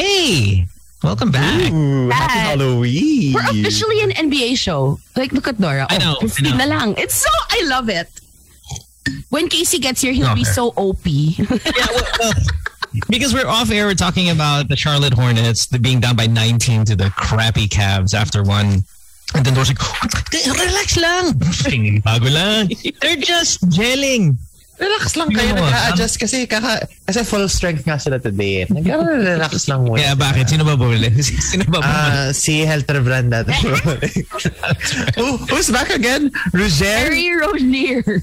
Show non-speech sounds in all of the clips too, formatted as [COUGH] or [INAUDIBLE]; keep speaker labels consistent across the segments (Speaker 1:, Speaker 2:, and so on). Speaker 1: Hey, welcome back.
Speaker 2: Ooh, happy
Speaker 3: Yes.
Speaker 2: Halloween.
Speaker 3: We're officially an NBA show. Like, look at Nora.
Speaker 1: I know,
Speaker 3: Oh, 15
Speaker 1: I know.
Speaker 3: na lang. It's so, I love it. When Casey gets here, he'll be
Speaker 1: Okay.
Speaker 3: so OP.
Speaker 1: [LAUGHS] Because we're off air, we're talking about the Charlotte Hornets the being down by 19 to the crappy Cavs after one. And then Dora's like, relax lang. Pingin bago lang. They're just gelling.
Speaker 2: Relax lang
Speaker 1: Tingnan
Speaker 2: kayo.
Speaker 1: mo,
Speaker 2: Nag-a-adjust kasi kaka... Kasi full strength nga sila today. Nag-relax lang muna.
Speaker 1: Kaya bakit? Sino ba bumili? [LAUGHS] Sino ba bumili?
Speaker 2: Ah, si Helter Brand
Speaker 3: [LAUGHS]
Speaker 2: natin. Who, who's back again? Roger?
Speaker 3: Harry Rozier.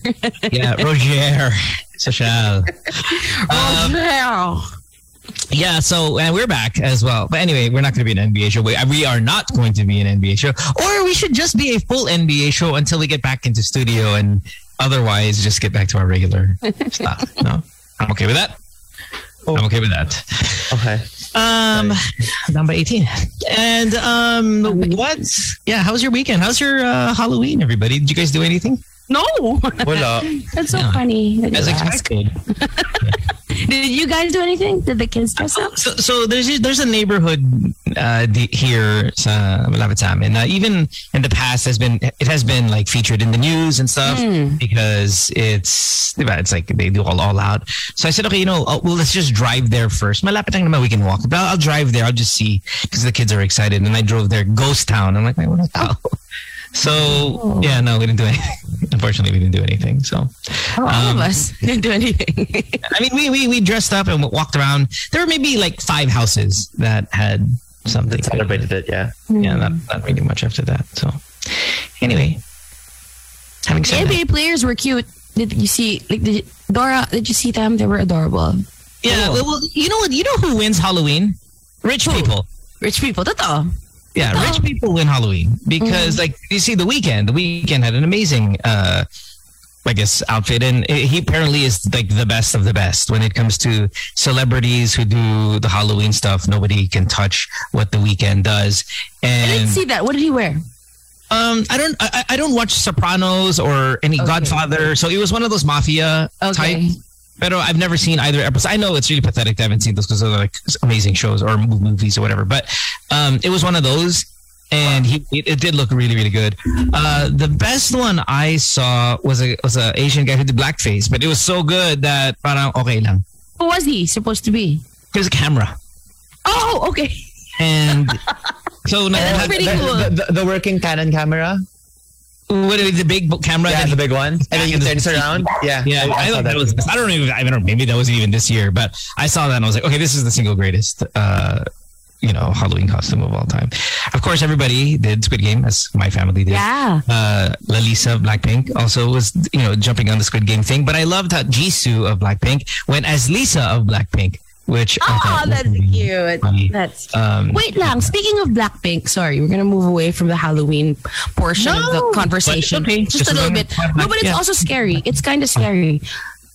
Speaker 1: yeah, Roger. Social. Um,
Speaker 3: Rozier.
Speaker 1: Yeah, so and we're back as well. But anyway, we're not going to be an NBA show. We, we are not going to be an NBA show, or we should just be a full NBA show until we get back into studio, and otherwise just get back to our regular stuff. No, I'm okay with that. I'm okay with that.
Speaker 2: Okay.
Speaker 1: Um, down by 18. And um, what? Yeah, how was your weekend? How's your uh, Halloween, everybody? Did you guys do anything?
Speaker 3: [LAUGHS] No.
Speaker 2: Wala.
Speaker 3: That's so
Speaker 1: Yeah.
Speaker 3: funny. that
Speaker 1: As
Speaker 3: you asked.
Speaker 1: expected.
Speaker 3: Did you guys do anything? Did the kids dress up?
Speaker 1: So, so there's there's a neighborhood uh, di- here sa malapit sa amin. Uh, even in the past has been it has been like featured in the news and stuff
Speaker 3: Mm.
Speaker 1: because it's diba, it's like they do all all out. So I said, okay, you know, uh, well let's just drive there first. Malapit lang naman we can walk. But I'll, I'll drive there. I'll just see because the kids are excited. And I drove there, ghost town. I'm like, "Ay, what the hell? So yeah, no, we didn't do anything. [LAUGHS] Unfortunately, we didn't do anything. So.
Speaker 3: All
Speaker 1: Um,
Speaker 3: of us [LAUGHS] didn't do anything.
Speaker 1: I mean, we, we we dressed up and walked around. There were maybe like five houses that had something.
Speaker 2: That celebrated it, yeah.
Speaker 1: Yeah, not, not really much after that. So, anyway, having
Speaker 3: The
Speaker 1: said that,
Speaker 3: NBA players were cute. Did you see, like, did you, Dora, did you see them? They were adorable.
Speaker 1: yeah. Well, well, you know what? You know who wins Halloween? Rich people.
Speaker 3: Rich people, totoo.
Speaker 1: Yeah,
Speaker 3: Oh.
Speaker 1: rich people win Halloween
Speaker 3: Mm-hmm.
Speaker 1: because, like, you see, the weekend. The weekend had an amazing, uh, I guess, outfit, and i- he apparently is like the best of the best when it comes to celebrities who do the Halloween stuff. Nobody can touch what the weekend does.
Speaker 3: I
Speaker 1: And
Speaker 3: didn't see that. What did he wear?
Speaker 1: Um, I don't. I, I don't watch Sopranos or any
Speaker 3: Okay.
Speaker 1: Godfather. So it was one of those mafia
Speaker 3: Okay.
Speaker 1: type. But I've never seen either episode. I know it's really pathetic. I haven't seen those because they're like amazing shows or mo- movies or whatever. But um, it was one of those, and he it, it did look really really good. Uh, the best one I saw was a was a Asian guy who did blackface, but it was so good that parang okay lang.
Speaker 3: Who was he supposed to be?
Speaker 1: It was a camera,
Speaker 3: Oh, okay.
Speaker 1: and so no,
Speaker 3: That's pretty
Speaker 2: the,
Speaker 3: cool.
Speaker 2: The, the- the working Canon camera?
Speaker 1: what is the big camera?
Speaker 2: Yeah,
Speaker 1: that
Speaker 2: the big one. And then you turn it around? Yeah. Oh,
Speaker 1: Yeah, I,
Speaker 2: saw
Speaker 1: thought that was. I don't even. I don't. Maybe that wasn't even this year, but I saw that and I was like, okay, this is the single greatest, uh, you know, Halloween costume of all time. Of course, everybody did Squid Game, as my family did.
Speaker 3: Yeah.
Speaker 1: Uh, Lalisa of Blackpink also was, you know, jumping on the Squid Game thing. But I loved how Jisoo of Blackpink went as Lisa of Blackpink, which I
Speaker 3: Oh,
Speaker 1: [LAUGHS] thought was
Speaker 3: that's
Speaker 1: really
Speaker 3: cute.
Speaker 1: funny.
Speaker 3: That's cute.
Speaker 1: Um,
Speaker 3: Wait lang. Speaking of Blackpink, sorry, we're gonna move away from the Halloween portion of the
Speaker 1: No,
Speaker 3: conversation.
Speaker 1: but it's okay.
Speaker 3: Just,
Speaker 1: Just
Speaker 3: a
Speaker 1: as
Speaker 3: little
Speaker 1: long as
Speaker 3: bit.
Speaker 1: we have,
Speaker 3: No,
Speaker 1: like,
Speaker 3: but it's
Speaker 1: yeah.
Speaker 3: also scary. It's kind of scary.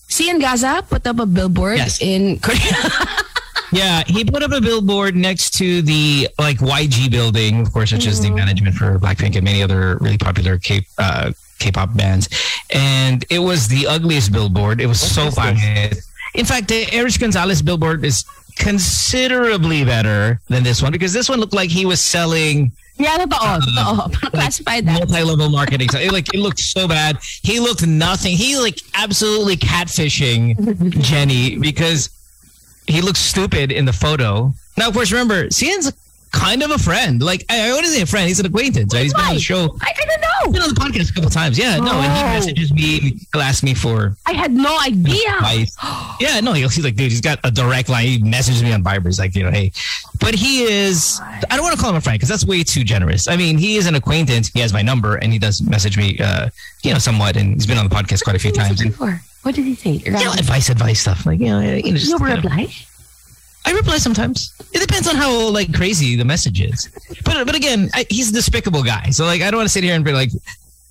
Speaker 3: CN Gaza put up a billboard
Speaker 1: Yes.
Speaker 3: in Korea.
Speaker 1: [LAUGHS] Yeah, he put up a billboard next to the like YG building, of course, which is the management for Blackpink and many other really popular K uh, K-pop bands. And it was the ugliest billboard. It was so pangit. In fact, the Erich Gonzalez billboard is considerably better than this one because this one looked like he was selling
Speaker 3: yeah, totoo. Totoo.
Speaker 1: Uh,
Speaker 3: [LAUGHS] Parang classified that.
Speaker 1: multi-level marketing. So it like it looked so bad. He looked nothing. He like absolutely catfishing Jenny because he looks stupid in the photo. Now, of course, remember, Cian's kind of a friend. Like I, I wouldn't say a friend. He's an acquaintance, right? He's been on the
Speaker 3: Right.
Speaker 1: show.
Speaker 3: I, I don't know.
Speaker 1: Been on the podcast a couple times, yeah. No, and he
Speaker 3: Oh.
Speaker 1: messages me, he'll ask me for
Speaker 3: I had no idea.
Speaker 1: advice. Yeah, no, he'll, he's like, dude, he's got a direct line. He messages me on Viber. He's like, you know, hey, but he is. I don't want to call him a friend because that's way too generous. I mean, he is an acquaintance. He has my number, and he does message me, uh, you know, somewhat, and he's been on the podcast quite a few times. And,
Speaker 3: Before. What did he say?
Speaker 1: you know, advice, advice stuff. Like, you know, you know, just,
Speaker 3: You
Speaker 1: you know,
Speaker 3: reply?
Speaker 1: I reply sometimes. It depends on how like crazy the message is. But but again, I, he's a despicable guy. So like, I don't want to sit here and be like.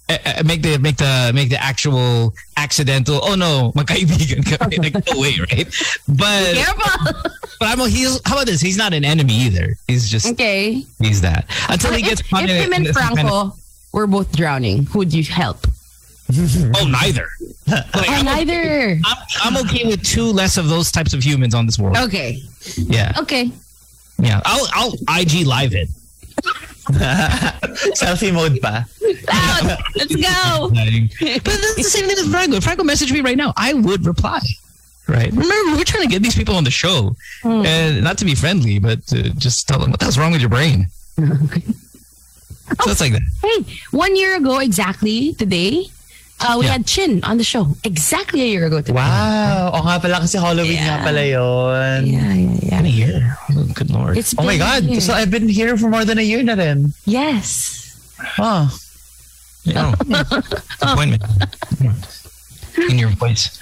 Speaker 1: eh, eh, Make the make the make the actual accidental. Oh no, magkaibigan
Speaker 3: [LAUGHS]
Speaker 1: kami. Like no way, right? But
Speaker 3: Careful. [LAUGHS]
Speaker 1: but I'm he's how about this? He's not an enemy either. He's just
Speaker 3: Okay.
Speaker 1: he's that until he
Speaker 3: if,
Speaker 1: gets
Speaker 3: if
Speaker 1: caught in a-
Speaker 3: him
Speaker 1: in
Speaker 3: and
Speaker 1: a- some kind of-
Speaker 3: Franco were both drowning, who would you help?
Speaker 1: oh,
Speaker 3: [LAUGHS]
Speaker 1: neither. Like,
Speaker 3: Oh,
Speaker 1: I'm,
Speaker 3: neither.
Speaker 1: I'm, I'm okay with two less of those types of humans on this world.
Speaker 3: Okay.
Speaker 1: Yeah,
Speaker 3: Okay.
Speaker 1: Yeah, I'll I'll IG live it.
Speaker 2: [LAUGHS] Selfie mode pa.
Speaker 3: Out. Ah,
Speaker 1: [LAUGHS]
Speaker 3: Let's go.
Speaker 1: But that's the same thing as Franco. If Franco messaged me right now, I would reply. Right. Remember, we're trying to get these people on the show, and not to be friendly, but to just tell them what the hell's wrong with your brain. So it's like [LAUGHS] that.
Speaker 3: Hey, one year ago exactly today, uh, we
Speaker 1: Yeah.
Speaker 3: had Chin on the show. Exactly a year ago today.
Speaker 2: Wow. O nga pala kasi Halloween
Speaker 3: Yeah.
Speaker 2: nga pala yun.
Speaker 3: Yeah, yeah,
Speaker 1: In a
Speaker 3: yeah.
Speaker 1: year. Oh, good lord.
Speaker 3: It's
Speaker 2: Oh my
Speaker 3: been a
Speaker 2: God.
Speaker 3: year.
Speaker 2: So I've been here for more than a year na rin.
Speaker 3: yes.
Speaker 2: Wow.
Speaker 1: [LAUGHS] Yeah. [LAUGHS] Disappointment. In your voice.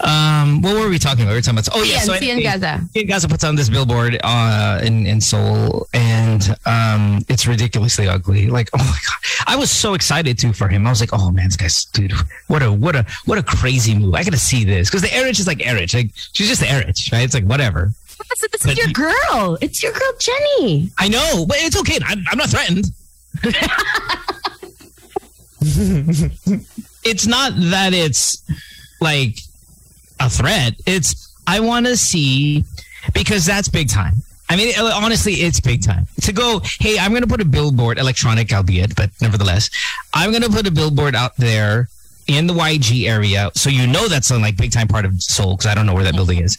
Speaker 1: Um, what were we talking about? We were talking about. Oh yeah.
Speaker 3: Ian,
Speaker 1: so
Speaker 3: Ian
Speaker 1: anyway,
Speaker 3: Gaza.
Speaker 1: Kid Gaza puts on this billboard uh, in in Seoul, and um, it's ridiculously ugly. Like, [LAUGHS] oh my god, I was so excited too for him. I was like, oh man, this guy's dude, what a what a what a crazy move. I gotta see this because the Erich is like Erich, like she's just Erich, right? It's like whatever.
Speaker 3: This is- this
Speaker 1: But
Speaker 3: is your
Speaker 1: he-
Speaker 3: girl. It's your girl Jenny.
Speaker 1: I know, but it's okay. I'm, I'm not threatened. [LAUGHS] it's not that it's like a threat. It's I want to see because that's big time. I mean, honestly, it's big time to go. Hey, I'm going to put a billboard, electronic, albeit, but nevertheless, I'm going to put a billboard out there in the YG area, so you know that's a like big time part of Seoul because I don't know where that building is,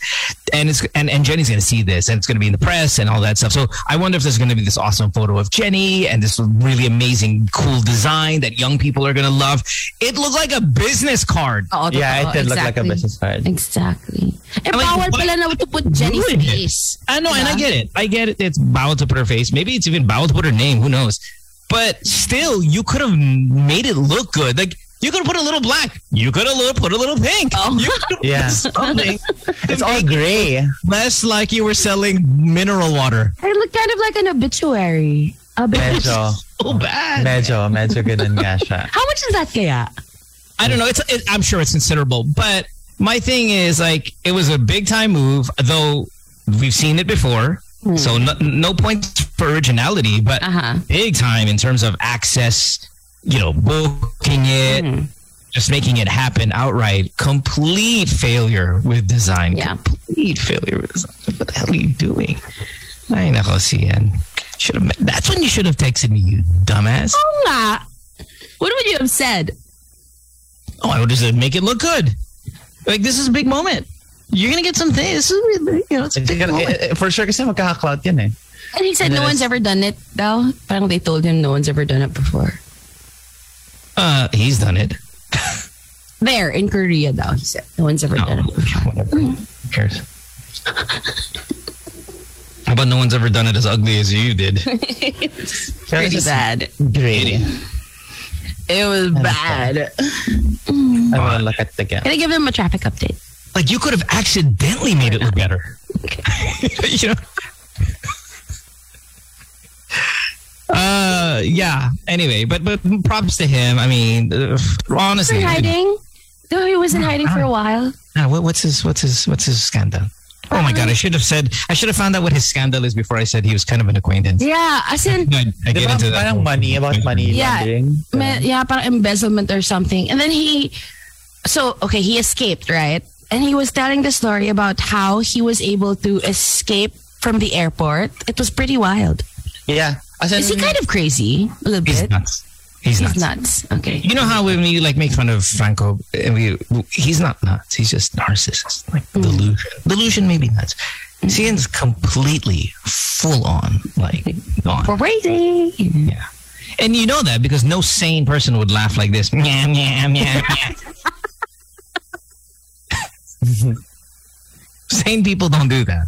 Speaker 1: and it's and, and Jenny's going to see this, and it's going to be in the press and all that stuff. So I wonder if there's going to be this awesome photo of Jenny and this really amazing, cool design that young people are going to love. It looked like a business card.
Speaker 3: Oo,
Speaker 2: Yeah, it
Speaker 3: totoo.
Speaker 2: did look like a
Speaker 3: Oh, Exactly.
Speaker 2: business
Speaker 3: [LAUGHS]
Speaker 2: card.
Speaker 3: Exactly. Eh,
Speaker 1: like,
Speaker 3: bawal
Speaker 1: what?
Speaker 3: pala na to put Jenny's
Speaker 1: Ruin it.
Speaker 3: face.
Speaker 1: I know, and I
Speaker 3: Yeah.
Speaker 1: get it. I get it. It's bound to put her face. Maybe it's even bound to put her name. Who knows? But still, you could have made it look good. Like you could have put a little black. You could have put a little pink.
Speaker 3: Oh.
Speaker 1: You could have
Speaker 2: Yeah.
Speaker 1: put
Speaker 3: [LAUGHS]
Speaker 1: something
Speaker 2: It's all gray.
Speaker 1: less like you were selling mineral water.
Speaker 3: It looked kind of like an obituary.
Speaker 2: Medyo.
Speaker 3: [LAUGHS] Oh,
Speaker 1: So bad.
Speaker 2: Medyo. Medyo ganun nga siya.
Speaker 3: How much is that kaya?
Speaker 1: I don't know. It's it, I'm sure it's considerable, but my thing is like it was a big time move, though we've seen it before.
Speaker 3: Hmm.
Speaker 1: So no, no points for originality, but
Speaker 3: Uh-huh.
Speaker 1: big time in terms of access. You know, booking it,
Speaker 3: Mhm.
Speaker 1: just making it happen outright. Complete failure with design.
Speaker 3: Yeah.
Speaker 1: Complete failure with design. What the hell are you doing? I know, CN. Should have. That's when you should have texted me, you dumbass.
Speaker 3: Oo nga. What would you have said?
Speaker 1: Oh, I would just make it look good. Like this is a big moment. You're gonna get some things. This is really- you know, it's a
Speaker 2: It's
Speaker 1: big
Speaker 2: gonna-
Speaker 1: moment.
Speaker 2: eh, eh, For sure kasi magkaka-clout yan eh.
Speaker 3: And he said
Speaker 2: And then
Speaker 3: no one's
Speaker 2: it's-
Speaker 3: ever done it daw. Parang they told him no one's ever done it before.
Speaker 1: Uh, he's done it.
Speaker 3: There, in Korea daw, he said. No one's ever
Speaker 1: No,
Speaker 3: done it before.
Speaker 1: whatever. Who [LAUGHS] cares? How about no one's ever done it as ugly as you did?
Speaker 2: Kaya
Speaker 3: Pretty
Speaker 2: it's just
Speaker 3: bad.
Speaker 2: Gray.
Speaker 3: It was bad.
Speaker 2: I'm gonna look at it again.
Speaker 3: Can I give him a traffic update?
Speaker 1: [LAUGHS] Like you could have accidentally made it look better. [LAUGHS] you know. Uh, yeah. Anyway, but but props to him. I mean, uh, honestly,
Speaker 3: Wasn't hiding? Though he wasn't hiding for a while.
Speaker 1: Ah, what, what's his what's his what's his scandal? Oh my god! I should have said I should have found out what his scandal is before I said he was kind of an acquaintance.
Speaker 3: Yeah, as in,
Speaker 1: I, I
Speaker 2: Di
Speaker 1: get
Speaker 2: ba
Speaker 1: into that.
Speaker 2: parang money, about money
Speaker 3: Yeah.
Speaker 2: laundering?
Speaker 3: me- yeah, parang embezzlement or something. And then he, so, okay, he escaped, right? And he was telling the story about how he was able to escape from the airport. It was pretty wild.
Speaker 2: Yeah. As in,
Speaker 3: Is he kind of crazy? A little
Speaker 1: He's
Speaker 3: bit.
Speaker 1: nuts. He's,
Speaker 3: He's
Speaker 1: nuts.
Speaker 3: nuts. Okay.
Speaker 1: You know how when we like make fun of Franco, and we he's not nuts. He's just narcissist, like
Speaker 3: Hmm.
Speaker 1: delusion. Delusion, maybe nuts. Cian's completely full on, like gone.
Speaker 3: Crazy.
Speaker 1: Yeah. And you know that because no sane person would laugh like this. Meow, meow, meow, meow. [LAUGHS] sane people don't do that.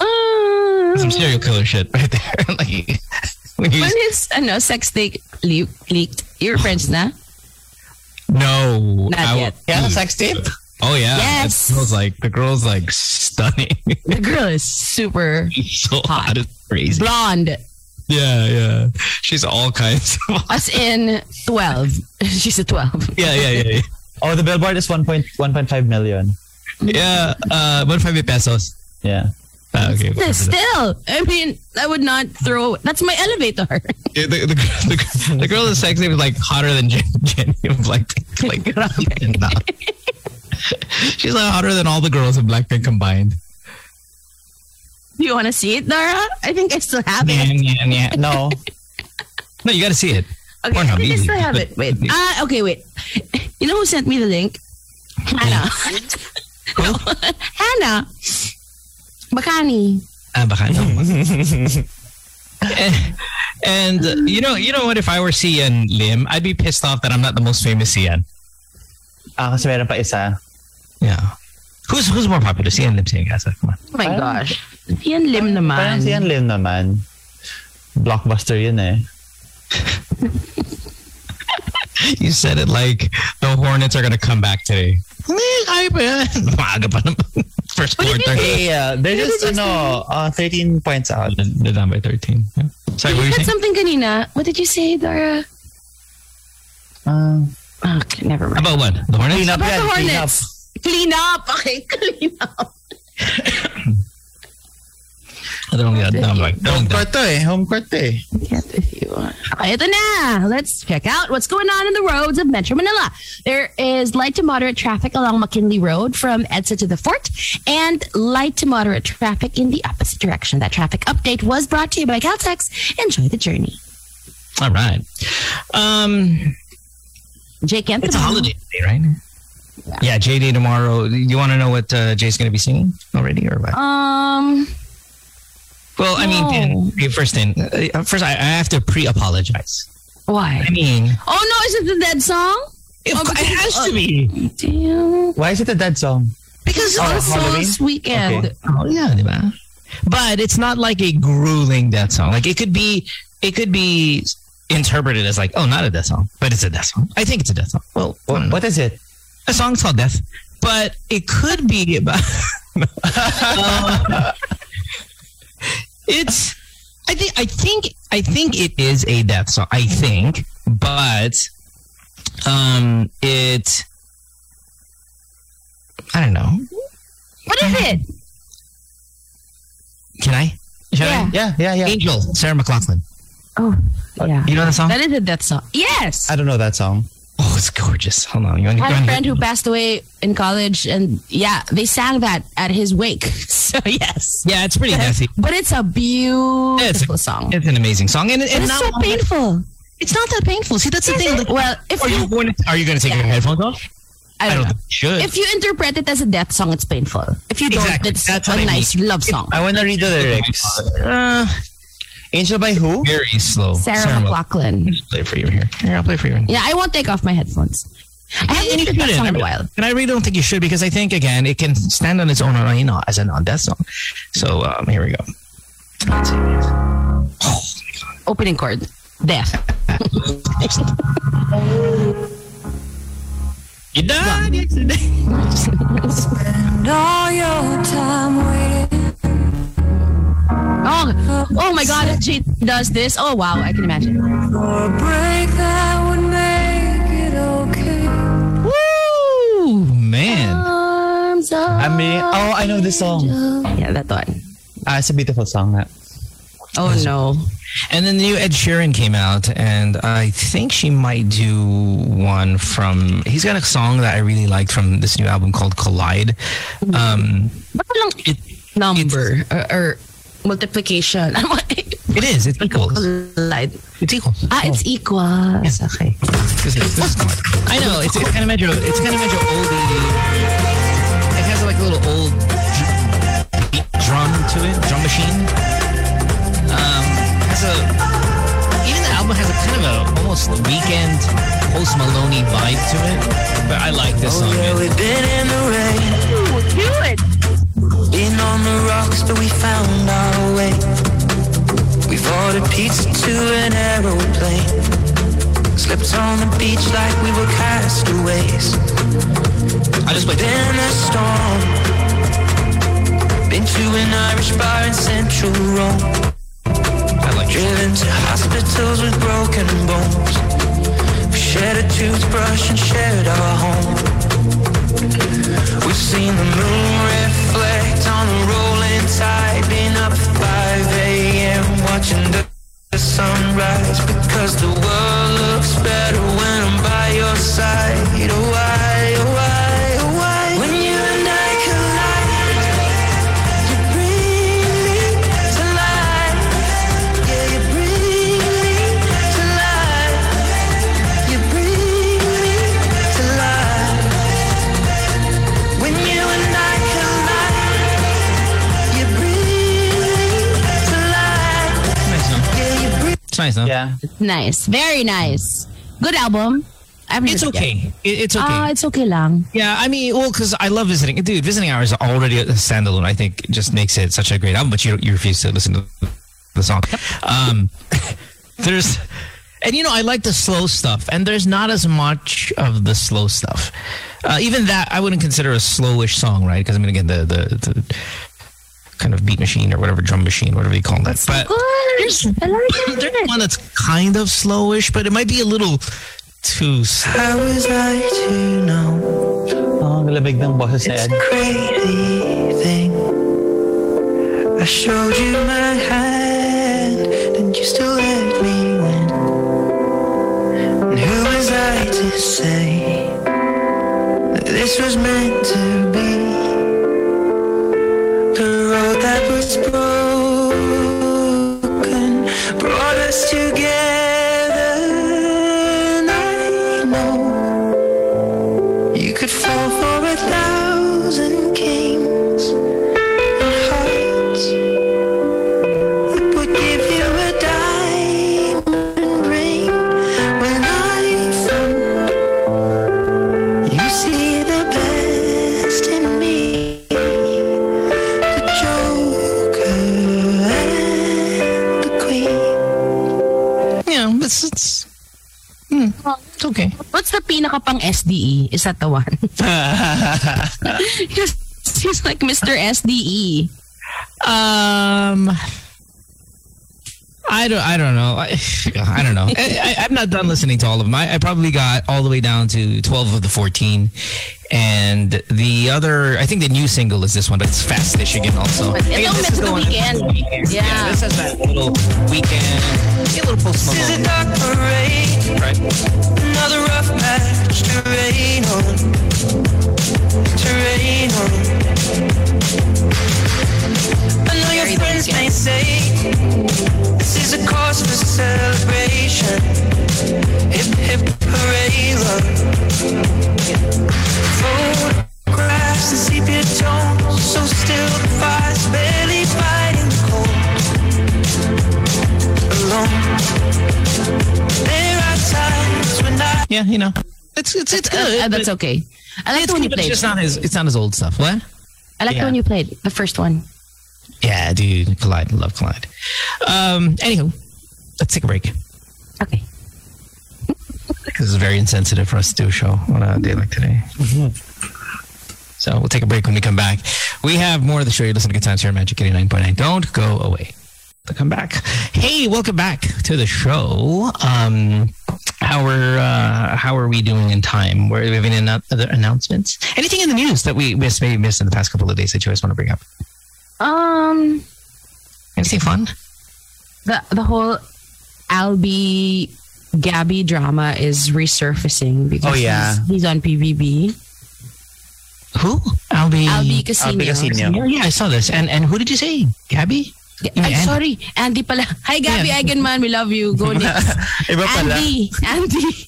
Speaker 3: Um,
Speaker 1: That's some serial killer shit right there. [LAUGHS] like, when you
Speaker 3: When
Speaker 1: just-
Speaker 3: his ano, sex tape le- leaked, your friends na?
Speaker 1: no.
Speaker 3: Not
Speaker 1: I-
Speaker 3: yet.
Speaker 2: Yeah, sex tape?
Speaker 1: Oh, yeah.
Speaker 3: Yes.
Speaker 1: The girl's like, the girl's like stunning. [LAUGHS]
Speaker 3: The girl is super
Speaker 1: so
Speaker 3: Hot.
Speaker 1: hot. It's crazy.
Speaker 3: blonde,
Speaker 1: Yeah, yeah. She's all kinds of. [LAUGHS]
Speaker 3: as in 12. [LAUGHS] She's a 12.
Speaker 1: Yeah, yeah, yeah. yeah.
Speaker 2: Oh, the billboard is 1. 1.5 million.
Speaker 1: Yeah, uh, 150 pesos.
Speaker 2: Yeah.
Speaker 1: Ah, okay.
Speaker 3: Still, I mean, I would not throw. That's my elevator. [LAUGHS]
Speaker 1: Yeah, the, the, the, the girl in the sex tape is like hotter than Jen, [LAUGHS] Jenny of Blackpink.
Speaker 3: [LAUGHS]
Speaker 1: Like, uh, even now. she's like hotter than all the girls in Blackpink combined.
Speaker 3: Do you want to see it, Dara? I think I still have
Speaker 1: Yeah,
Speaker 3: it.
Speaker 1: yeah, yeah.
Speaker 3: [LAUGHS]
Speaker 2: No.
Speaker 1: No, you got to see it.
Speaker 3: Okay,
Speaker 1: Pornhub,
Speaker 3: I think I
Speaker 1: easy.
Speaker 3: still have it. Wait. Ah, okay, wait. You know who sent me the link? Hannah. [LAUGHS]
Speaker 1: Well,
Speaker 3: Hannah. Bakani.
Speaker 1: ah, baka no. Eh, and uh, you know, you know what? If I were CN Lim, I'd be pissed off that I'm not the most famous CN.
Speaker 2: Ah, kasi meron pa isa.
Speaker 1: Yeah. Who's who's more popular? CN Lim, CN Gasa. Come on.
Speaker 3: Oh my
Speaker 2: Parang-
Speaker 3: gosh. Yan lim
Speaker 2: Parang
Speaker 3: naman.
Speaker 2: si Yan Lim naman. Blockbuster yun eh.
Speaker 1: You said it like the Hornets are gonna come back today. Eh, kaya pa yan. [LAUGHS] Maaga pa naman. First
Speaker 3: What did you
Speaker 1: quarter.
Speaker 2: Yeah, they're Eh, uh, just, ano, uh, 13 points out.
Speaker 1: They're down by 13. Yeah. Sorry, what were
Speaker 3: You
Speaker 1: you
Speaker 3: said
Speaker 1: saying?
Speaker 3: something kanina. What did you say, Dara?
Speaker 2: Uh,
Speaker 3: Okay, never mind.
Speaker 1: About what? The Hornets?
Speaker 2: clean up
Speaker 3: About
Speaker 2: yan,
Speaker 3: the
Speaker 2: clean up.
Speaker 3: Hornets. Clean up.
Speaker 2: [LAUGHS]
Speaker 3: Okay, clean up.
Speaker 1: I don't get down by.
Speaker 2: Home
Speaker 1: Don't down.
Speaker 2: court to eh. Home court to eh.
Speaker 3: Get with you. Okay, ito na. Let's check out what's going on in the roads of Metro Manila. There is light to moderate traffic along McKinley Road from EDSA to the fort and light to moderate traffic in the opposite direction. That traffic update was brought to you by Caltex. Enjoy the journey.
Speaker 1: All right. Um,
Speaker 3: Jake Anthony.
Speaker 1: it's a holiday today, right? Yeah, J Day tomorrow. You want to know what uh, Jay's going to be singing already, or what?
Speaker 3: Um,
Speaker 1: well, I mean,
Speaker 3: no.
Speaker 1: Dan, okay, first, Dan, uh, first, I, I have to pre-apologize.
Speaker 3: why?
Speaker 1: I mean,
Speaker 3: Oh no, is it the dead song?
Speaker 1: if,
Speaker 3: Oh,
Speaker 1: it
Speaker 3: because-
Speaker 1: has to be
Speaker 3: Damn.
Speaker 2: Why is it a dead song?
Speaker 1: because
Speaker 2: Oh,
Speaker 1: oh,
Speaker 3: It's Souls weekend.
Speaker 2: Okay.
Speaker 1: yeah, di ba? But it's not like a grueling death song. Like it could be, it could be interpreted as like, oh, not a death song, but it's a death song. I think it's a death song. Well, I don't know.
Speaker 2: What, what is it?
Speaker 1: a song's called Death, but it could be about. Um, it's. I think. I think. I think it is a death song. I think, but um, it. I don't know.
Speaker 3: What is it?
Speaker 1: Can I? Shall I?
Speaker 3: Yeah.
Speaker 2: Yeah, yeah, yeah.
Speaker 1: Angel, Sarah McLaughlin.
Speaker 3: Oh, yeah.
Speaker 1: Uh, You know the song?
Speaker 3: That is a death song. Yes.
Speaker 2: I don't know that song.
Speaker 1: Oh, it's gorgeous. Hold on. You want to
Speaker 3: I
Speaker 1: go
Speaker 3: had a
Speaker 1: ahead?
Speaker 3: friend who passed away in college, and yeah, they sang that at his wake. [LAUGHS] So yes,
Speaker 1: Yeah, it's pretty deathy.
Speaker 3: but it's a beautiful
Speaker 1: It's a-
Speaker 3: song.
Speaker 1: It's an amazing song, and, and
Speaker 3: it's
Speaker 1: not
Speaker 3: so
Speaker 1: one that-
Speaker 3: painful.
Speaker 1: it's not that painful. See, that's the thing. Like,
Speaker 3: Well, if
Speaker 1: are you
Speaker 3: you,
Speaker 1: going to are you going to take your headphones off?
Speaker 3: I don't know.
Speaker 1: think you should.
Speaker 3: If you interpret it as a death song, it's painful. If you don't,
Speaker 1: Exactly.
Speaker 3: it's
Speaker 1: That's
Speaker 3: a
Speaker 1: what I mean.
Speaker 3: nice love song.
Speaker 2: I want to read the lyrics.
Speaker 1: Uh,
Speaker 2: Angel by who?
Speaker 1: very slow.
Speaker 3: Sarah,
Speaker 1: I'll
Speaker 3: McLaughlin.
Speaker 1: just play it for you here. Here, I'll play it for you.
Speaker 3: Yeah, I won't take off my headphones. I haven't
Speaker 1: And you
Speaker 3: heard that
Speaker 1: shouldn't.
Speaker 3: song in
Speaker 1: I
Speaker 3: a
Speaker 1: mean-
Speaker 3: while.
Speaker 1: And I really don't think you should because I think again it can stand on its own, you know, as an on death song. So um, here we go. Let's see. Oh,
Speaker 3: Opening chord, death.
Speaker 1: you died yesterday.
Speaker 4: all your time waiting.
Speaker 3: Oh, oh my God! If she does this, oh wow, I can imagine.
Speaker 4: For a break that would make it okay.
Speaker 1: [LAUGHS] Woo,
Speaker 3: Uh.
Speaker 1: man.
Speaker 3: Arms up.
Speaker 2: I mean,
Speaker 3: Ah,
Speaker 2: oh, I know this song.
Speaker 3: Yeah, that one.
Speaker 2: Ah, it's a beautiful song. nga.
Speaker 3: Oh no.
Speaker 1: And then the new Ed Sheeran came out, and I think she might do one from. He's got a song that I really liked from this new album called Collide.
Speaker 3: Mm-hmm.
Speaker 1: Um,
Speaker 3: Baka lang
Speaker 1: It-
Speaker 3: number or, or multiplication. [LAUGHS]
Speaker 1: it is. It's equals.
Speaker 3: Light.
Speaker 1: It's equals.
Speaker 3: Ah, it's equal.
Speaker 1: Oh. Yes, okay. I know it's, it's kind of major. It's kind of major oldie. It has like a little old dr- beat drum to it, drum machine. Um, has a even the album has a kind of a almost weekend post Maloney vibe to it. But I like this
Speaker 4: Oh,
Speaker 1: song.
Speaker 5: Yeah,
Speaker 1: man.
Speaker 5: we've been in the rain,
Speaker 3: Do it.
Speaker 5: been on the rocks, but we found our way. We've ordered pizza to an aeroplane, slept on the beach like we were castaways.
Speaker 1: I just played.
Speaker 5: Been a storm, been to an Irish bar in central Rome,
Speaker 1: I like it.
Speaker 5: driven to hospitals with broken bones. We shared a toothbrush and shared our home. We've seen the moon reflect on the rolling tide. Been up 5 a.m. watching the the sunrise because the world looks better when I'm by your side. Oh, why, oh, why, oh, why? When you and I collide, you bring me
Speaker 1: nice, huh?
Speaker 2: Yeah.
Speaker 3: Nice. Very nice. Good album. I've heard
Speaker 1: It's
Speaker 3: it yet.
Speaker 1: okay. It, it's okay.
Speaker 3: Ah, it's okay lang.
Speaker 1: Yeah, I mean, well, because I love visiting, dude. Visiting hours are already a standalone. I think it just makes it such a great album. But you you refuse to listen to the song. Um, there's, and you know, I like the slow stuff, and there's not as much of the slow stuff. Uh, even that, I wouldn't consider a slowish song, right? Because I mean, again, the, the the kind of beat machine or whatever drum machine, whatever you call that. but
Speaker 3: Good. I like
Speaker 1: there's
Speaker 3: it.
Speaker 1: one that's kind of slowish, but it might be a little too. Slow.
Speaker 5: How was I to know?
Speaker 2: Oh, ang lamig ng boses ni
Speaker 5: It's
Speaker 2: Ed.
Speaker 5: a crazy thing. I showed you my hand, and you still let me win. And who was I to say that this was meant to be? The road that was broken brought us together. And I know you could fall for a thousand kings and hearts that would give you a diamond ring. When I fall, you see the best in me, the joker and the queen.
Speaker 1: Yeah, it's it's, hmm, it's okay.
Speaker 3: What's the pinaka pang SDE? Is that
Speaker 1: [LAUGHS]
Speaker 3: the one? [LAUGHS] he's, he's like Mr. SDE.
Speaker 1: Um, I don't. I don't know. I, I
Speaker 3: [LAUGHS]
Speaker 1: don't know. I, I, I'm not done listening to all of them. I, I probably got all the way down to 12 of the 14, and the other. I think the new single is this one, but it's Fast Fish again also.
Speaker 3: But
Speaker 1: Again,
Speaker 3: it'll
Speaker 1: this
Speaker 3: miss
Speaker 1: is
Speaker 3: the
Speaker 1: one-
Speaker 3: weekend.
Speaker 1: Yeah.
Speaker 3: Yeah.
Speaker 1: this has that little weekend, a little post
Speaker 5: This is a
Speaker 1: Malone,
Speaker 5: dark parade.
Speaker 1: right?
Speaker 5: Another rough patch to rain on, to rain on. I know your friends may say this is a cause for celebration. Hip hip hooray, love. Photographs and sepia tones, so still the fire's barely fighting the cold. Alone, there are times when I.
Speaker 1: Yeah, you know, it's it's it's good.
Speaker 3: Uh, that's
Speaker 1: but
Speaker 3: okay. I like
Speaker 1: it's
Speaker 3: the one
Speaker 1: good,
Speaker 3: you
Speaker 1: but it's
Speaker 3: played.
Speaker 1: just not his. It's not his old stuff. What?
Speaker 3: I like
Speaker 1: yeah.
Speaker 3: the one you played. The first one.
Speaker 1: Yeah, dude, Collide, love Collide. Um, anywho, let's take a break.
Speaker 3: Okay.
Speaker 1: because it's very insensitive for us to do a show on a day like today. So we'll take a break when we come back. We have more of the show. You listen to Good Times here on Magic 89.9. Don't go away. We'll come back. Hey, welcome back to the show. Um, how are uh, how are we doing in time? Were we having any other announcements? Anything in the news that we missed, maybe missed in the past couple of days that you guys want to bring up?
Speaker 3: Um,
Speaker 1: Anything fun?
Speaker 3: the the whole Albie Gabby drama is resurfacing because
Speaker 2: Oh, yeah.
Speaker 3: he's, he's on PBB.
Speaker 1: Who? Albie.
Speaker 3: Albie Casino.
Speaker 2: Albie Casino.
Speaker 1: Yeah, yeah, I saw this. And and who did you say? Gabby?
Speaker 3: Yeah, I'm
Speaker 1: Yeah, Andy.
Speaker 3: sorry, Andy pala. Hi Gabby
Speaker 1: Yeah.
Speaker 3: Eigenman, we love
Speaker 2: [LAUGHS]
Speaker 3: you. Go next.
Speaker 2: Iba pala. [LAUGHS]
Speaker 3: Andy, Andy.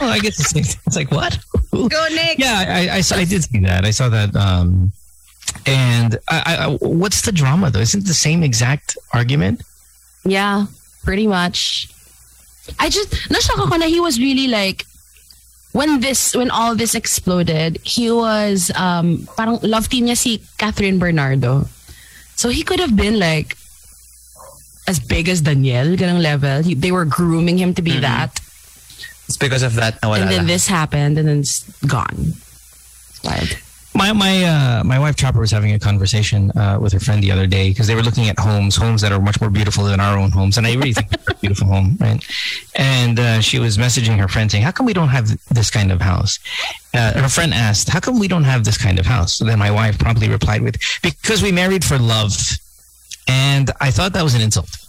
Speaker 1: Oh, I guess it's, it's like what? Who?
Speaker 3: Go Nick.
Speaker 1: Yeah, I, I, saw, I did see that. I saw that. Um, and I, I, I- what's the drama though? Isn't it the same exact argument?
Speaker 3: Yeah, pretty much. I just nashock ako na he was really like when this when all this exploded, he was um parang love team niya si Catherine Bernardo. So he could have been like as big as Daniel, ganang level. He- they were grooming him to be that.
Speaker 2: It's because of that na Mm-hmm. wala
Speaker 3: and then
Speaker 2: lang.
Speaker 3: this happened and then it's gone. Wild.
Speaker 1: My my uh, my wife Chopper was having a conversation uh, with her friend the other day because they were looking at homes, homes that are much more beautiful than our own homes, and I really think they're a beautiful home, right? And uh, she was messaging her friend saying, "How come we don't have this kind of house?" Uh, her friend asked, "How come we don't have this kind of house?" So then my wife promptly replied with, "Because we married for love," and I thought that was an insult, [LAUGHS]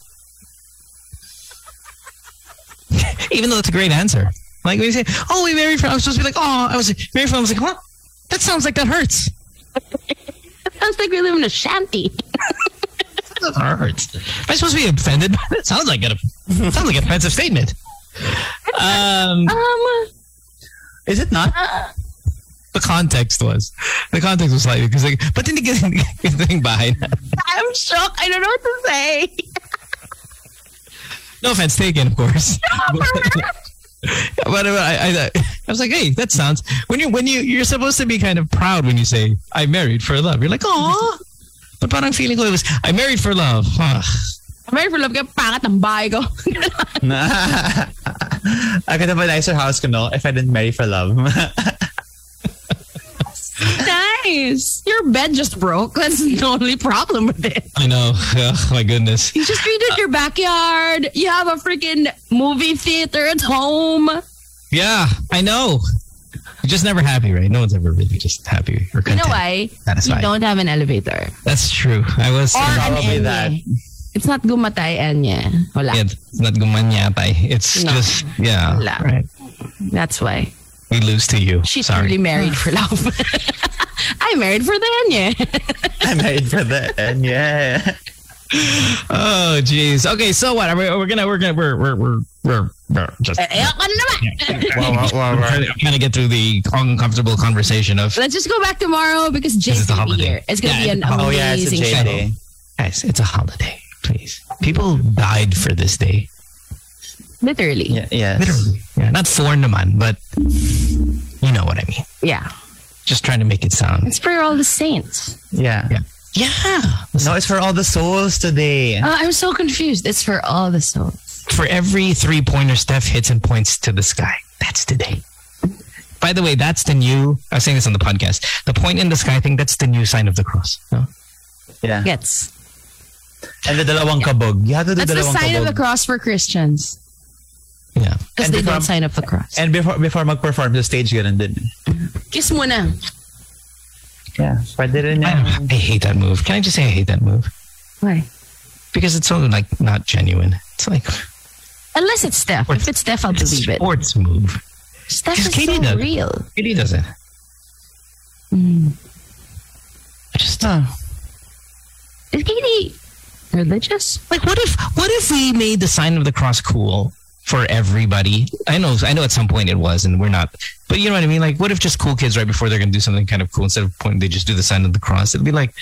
Speaker 1: even though it's a great answer. Like when you say, "Oh, we married for," I'm supposed to be like, "Oh, I was married for," I was like, "What?" That sounds like that hurts.
Speaker 3: Sounds like we live in a shanty.
Speaker 1: That hurts. Am I supposed to be offended? [LAUGHS] by that? sounds like a sounds like an offensive statement. Um,
Speaker 3: Um
Speaker 2: Is it not?
Speaker 1: the context was the context was slightly because like, but then [LAUGHS] again, the thing behind that,
Speaker 3: I'm shocked. I don't know what to say.
Speaker 1: No offense taken, of course. [LAUGHS] but uh, I, I, I was like, hey, that sounds when you when you you're supposed to be kind of proud when you say I married for love. You're like, oh, but parang feeling ko it was I married for love. Huh.
Speaker 3: Married for love ka, pangat ang bahay ko. [LAUGHS]
Speaker 2: I could have a nicer house, you know, if I didn't marry for love. [LAUGHS]
Speaker 3: nice. Your bed just broke. That's the only problem with it.
Speaker 1: I know. [LAUGHS] Oh, my goodness.
Speaker 3: You just redid your backyard. You have a freaking movie theater at home.
Speaker 1: Yeah, I know. You're just never happy, right? No one's ever really just happy or
Speaker 3: You
Speaker 1: content.
Speaker 3: know why? You
Speaker 1: Satisfied.
Speaker 3: don't have an elevator.
Speaker 1: That's true. I was.
Speaker 3: Or an
Speaker 2: Probably
Speaker 3: enye.
Speaker 2: that.
Speaker 3: It's not gumatay enye. Wala.
Speaker 1: Yeah, it's not gumanyatay. It's
Speaker 3: No.
Speaker 1: just yeah.
Speaker 3: Wala.
Speaker 1: Right.
Speaker 3: That's why.
Speaker 1: We lose to you.
Speaker 3: She
Speaker 1: Sorry.
Speaker 3: truly married for love. [LAUGHS] I married for the enye.
Speaker 2: [LAUGHS] I married for the and yeah.
Speaker 1: Oh jeez. Okay, so what? Are we, we're gonna we're gonna we're we're we're we're, we're just
Speaker 3: Ayoko na [LAUGHS] naman.
Speaker 2: Wow, wow, wow, wow.
Speaker 1: I'm trying to get through the uncomfortable conversation of
Speaker 3: Let's just go back tomorrow because
Speaker 1: is
Speaker 3: James
Speaker 1: the
Speaker 3: will be
Speaker 1: holiday.
Speaker 3: here. It's gonna
Speaker 1: Yeah,
Speaker 3: be an
Speaker 1: oh,
Speaker 2: Oh yeah, it's a J
Speaker 3: amazing show.
Speaker 2: day.
Speaker 1: guys. It's a holiday, please. People died for this day.
Speaker 3: Literally.
Speaker 2: Yeah, yes.
Speaker 1: Literally. Yeah, not for naman, but you know what I mean.
Speaker 3: Yeah.
Speaker 1: Just trying to make it sound.
Speaker 3: It's for all the saints.
Speaker 2: Yeah.
Speaker 1: Yeah. Yeah.
Speaker 2: No, it's for all the souls today.
Speaker 3: Oh, I'm so confused. It's for all the souls.
Speaker 1: for every three pointer Steph hits and points to the sky. That's today. By the way, that's the new. I was saying this on the podcast. The point in the sky thing. That's the new sign of the cross. No?
Speaker 2: Yeah.
Speaker 3: Gets.
Speaker 2: And the dalawang kabog. You have to do
Speaker 3: That's the
Speaker 2: dalawang
Speaker 3: sign of the
Speaker 2: kabog.
Speaker 3: cross for Christians
Speaker 1: Yeah.
Speaker 3: because
Speaker 2: And
Speaker 3: they
Speaker 2: become-
Speaker 3: don't sign up the cross.
Speaker 2: And before before mag-perform sa stage, ganun din.
Speaker 3: Kiss muna.
Speaker 2: Yeah. Pwede rin yan.
Speaker 1: I, I hate that move. Can I just say I hate that move
Speaker 3: Why?
Speaker 1: because it's so like not genuine. It's like
Speaker 3: Unless it's Steph. If it's Steph, I'll
Speaker 1: it's a
Speaker 3: believe it.
Speaker 1: sports move.
Speaker 3: Steph
Speaker 1: Just
Speaker 3: is
Speaker 1: Katie
Speaker 3: so
Speaker 1: does it.
Speaker 3: real.
Speaker 1: It really doesn't.
Speaker 3: Mm.
Speaker 1: I just uh,
Speaker 3: Is Katie religious?
Speaker 1: like what if what if we made the sign of the cross cool for everybody? I know I know at some point it was, and we're not. But you know what I mean? Like what if just cool kids right before they're gonna do something kind of cool instead of point they just do the sign of the cross? It'd be like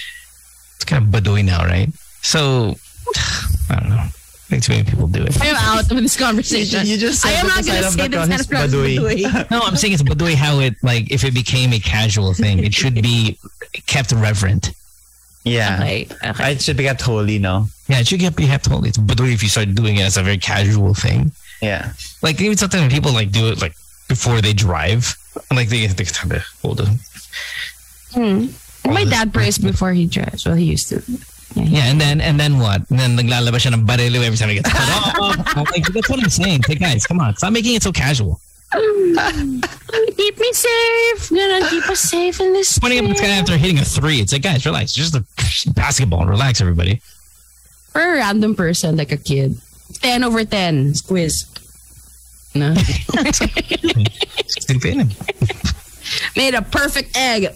Speaker 1: it's kind of badoy now, right? So [SIGHS] I don't know. I think too many people do it.
Speaker 3: I am out of this
Speaker 2: [LAUGHS]
Speaker 3: conversation.
Speaker 2: You just said
Speaker 3: I am
Speaker 2: that
Speaker 3: not
Speaker 2: the
Speaker 3: going
Speaker 2: sign
Speaker 3: to
Speaker 2: of
Speaker 3: say
Speaker 2: the
Speaker 3: that
Speaker 2: cross
Speaker 3: Santa
Speaker 2: is
Speaker 3: Claus is
Speaker 2: baduy.
Speaker 1: [LAUGHS]
Speaker 3: baduy.
Speaker 1: No, I'm saying it's badoy how it like if it became a casual thing, it should be kept reverent.
Speaker 2: [LAUGHS] Yeah.
Speaker 3: Okay, okay.
Speaker 2: I should be kept holy, no?
Speaker 1: Yeah, it should get be kept holy. It's badoy if you start doing it as a very casual thing.
Speaker 2: Yeah.
Speaker 1: like even something people like do it like before they drive. And like they think time to hold on.
Speaker 3: Hmm. My
Speaker 1: this-
Speaker 3: dad prays before he drives. Well, he used to.
Speaker 1: Yeah, and then and then what? And then naglalabas siya ng barelo every time he gets [LAUGHS] cut off. I'm like, that's what I'm saying. Hey guys, come on. Stop making it so casual.
Speaker 3: keep me safe. Gonna keep us safe in this.
Speaker 1: Pointing up at the sky
Speaker 3: thing.
Speaker 1: after hitting a three. It's like, guys, relax. It's just a basketball. Relax, everybody.
Speaker 3: For a random person, like a kid, ten over ten quiz. [LAUGHS] No,
Speaker 1: Stupid.
Speaker 3: made a perfect egg.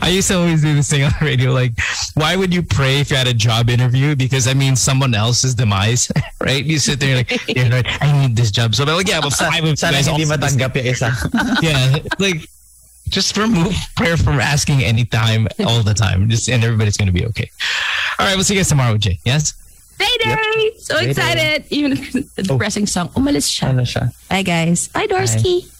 Speaker 1: I used to always do this thing on the radio. Like, why would you pray if you had a job interview? Because I mean, someone else's demise, [LAUGHS] right? You sit there like, [LAUGHS] "Dear Lord, I need this job. So I'm like, yeah, but five of you
Speaker 2: Sana
Speaker 1: guys
Speaker 2: hindi
Speaker 1: also deserve
Speaker 2: matanggap yung isa.
Speaker 1: [LAUGHS] yeah, like just remove prayer from asking anytime, all the time. Just and everybody's gonna be okay. All right, we'll see you guys tomorrow, Jay. Yes.
Speaker 3: Payday! So
Speaker 2: Payday.
Speaker 3: excited. Even if it's a depressing song. Umalis siya.
Speaker 2: Ano siya?
Speaker 3: Bye, guys. Bye, Dorsky.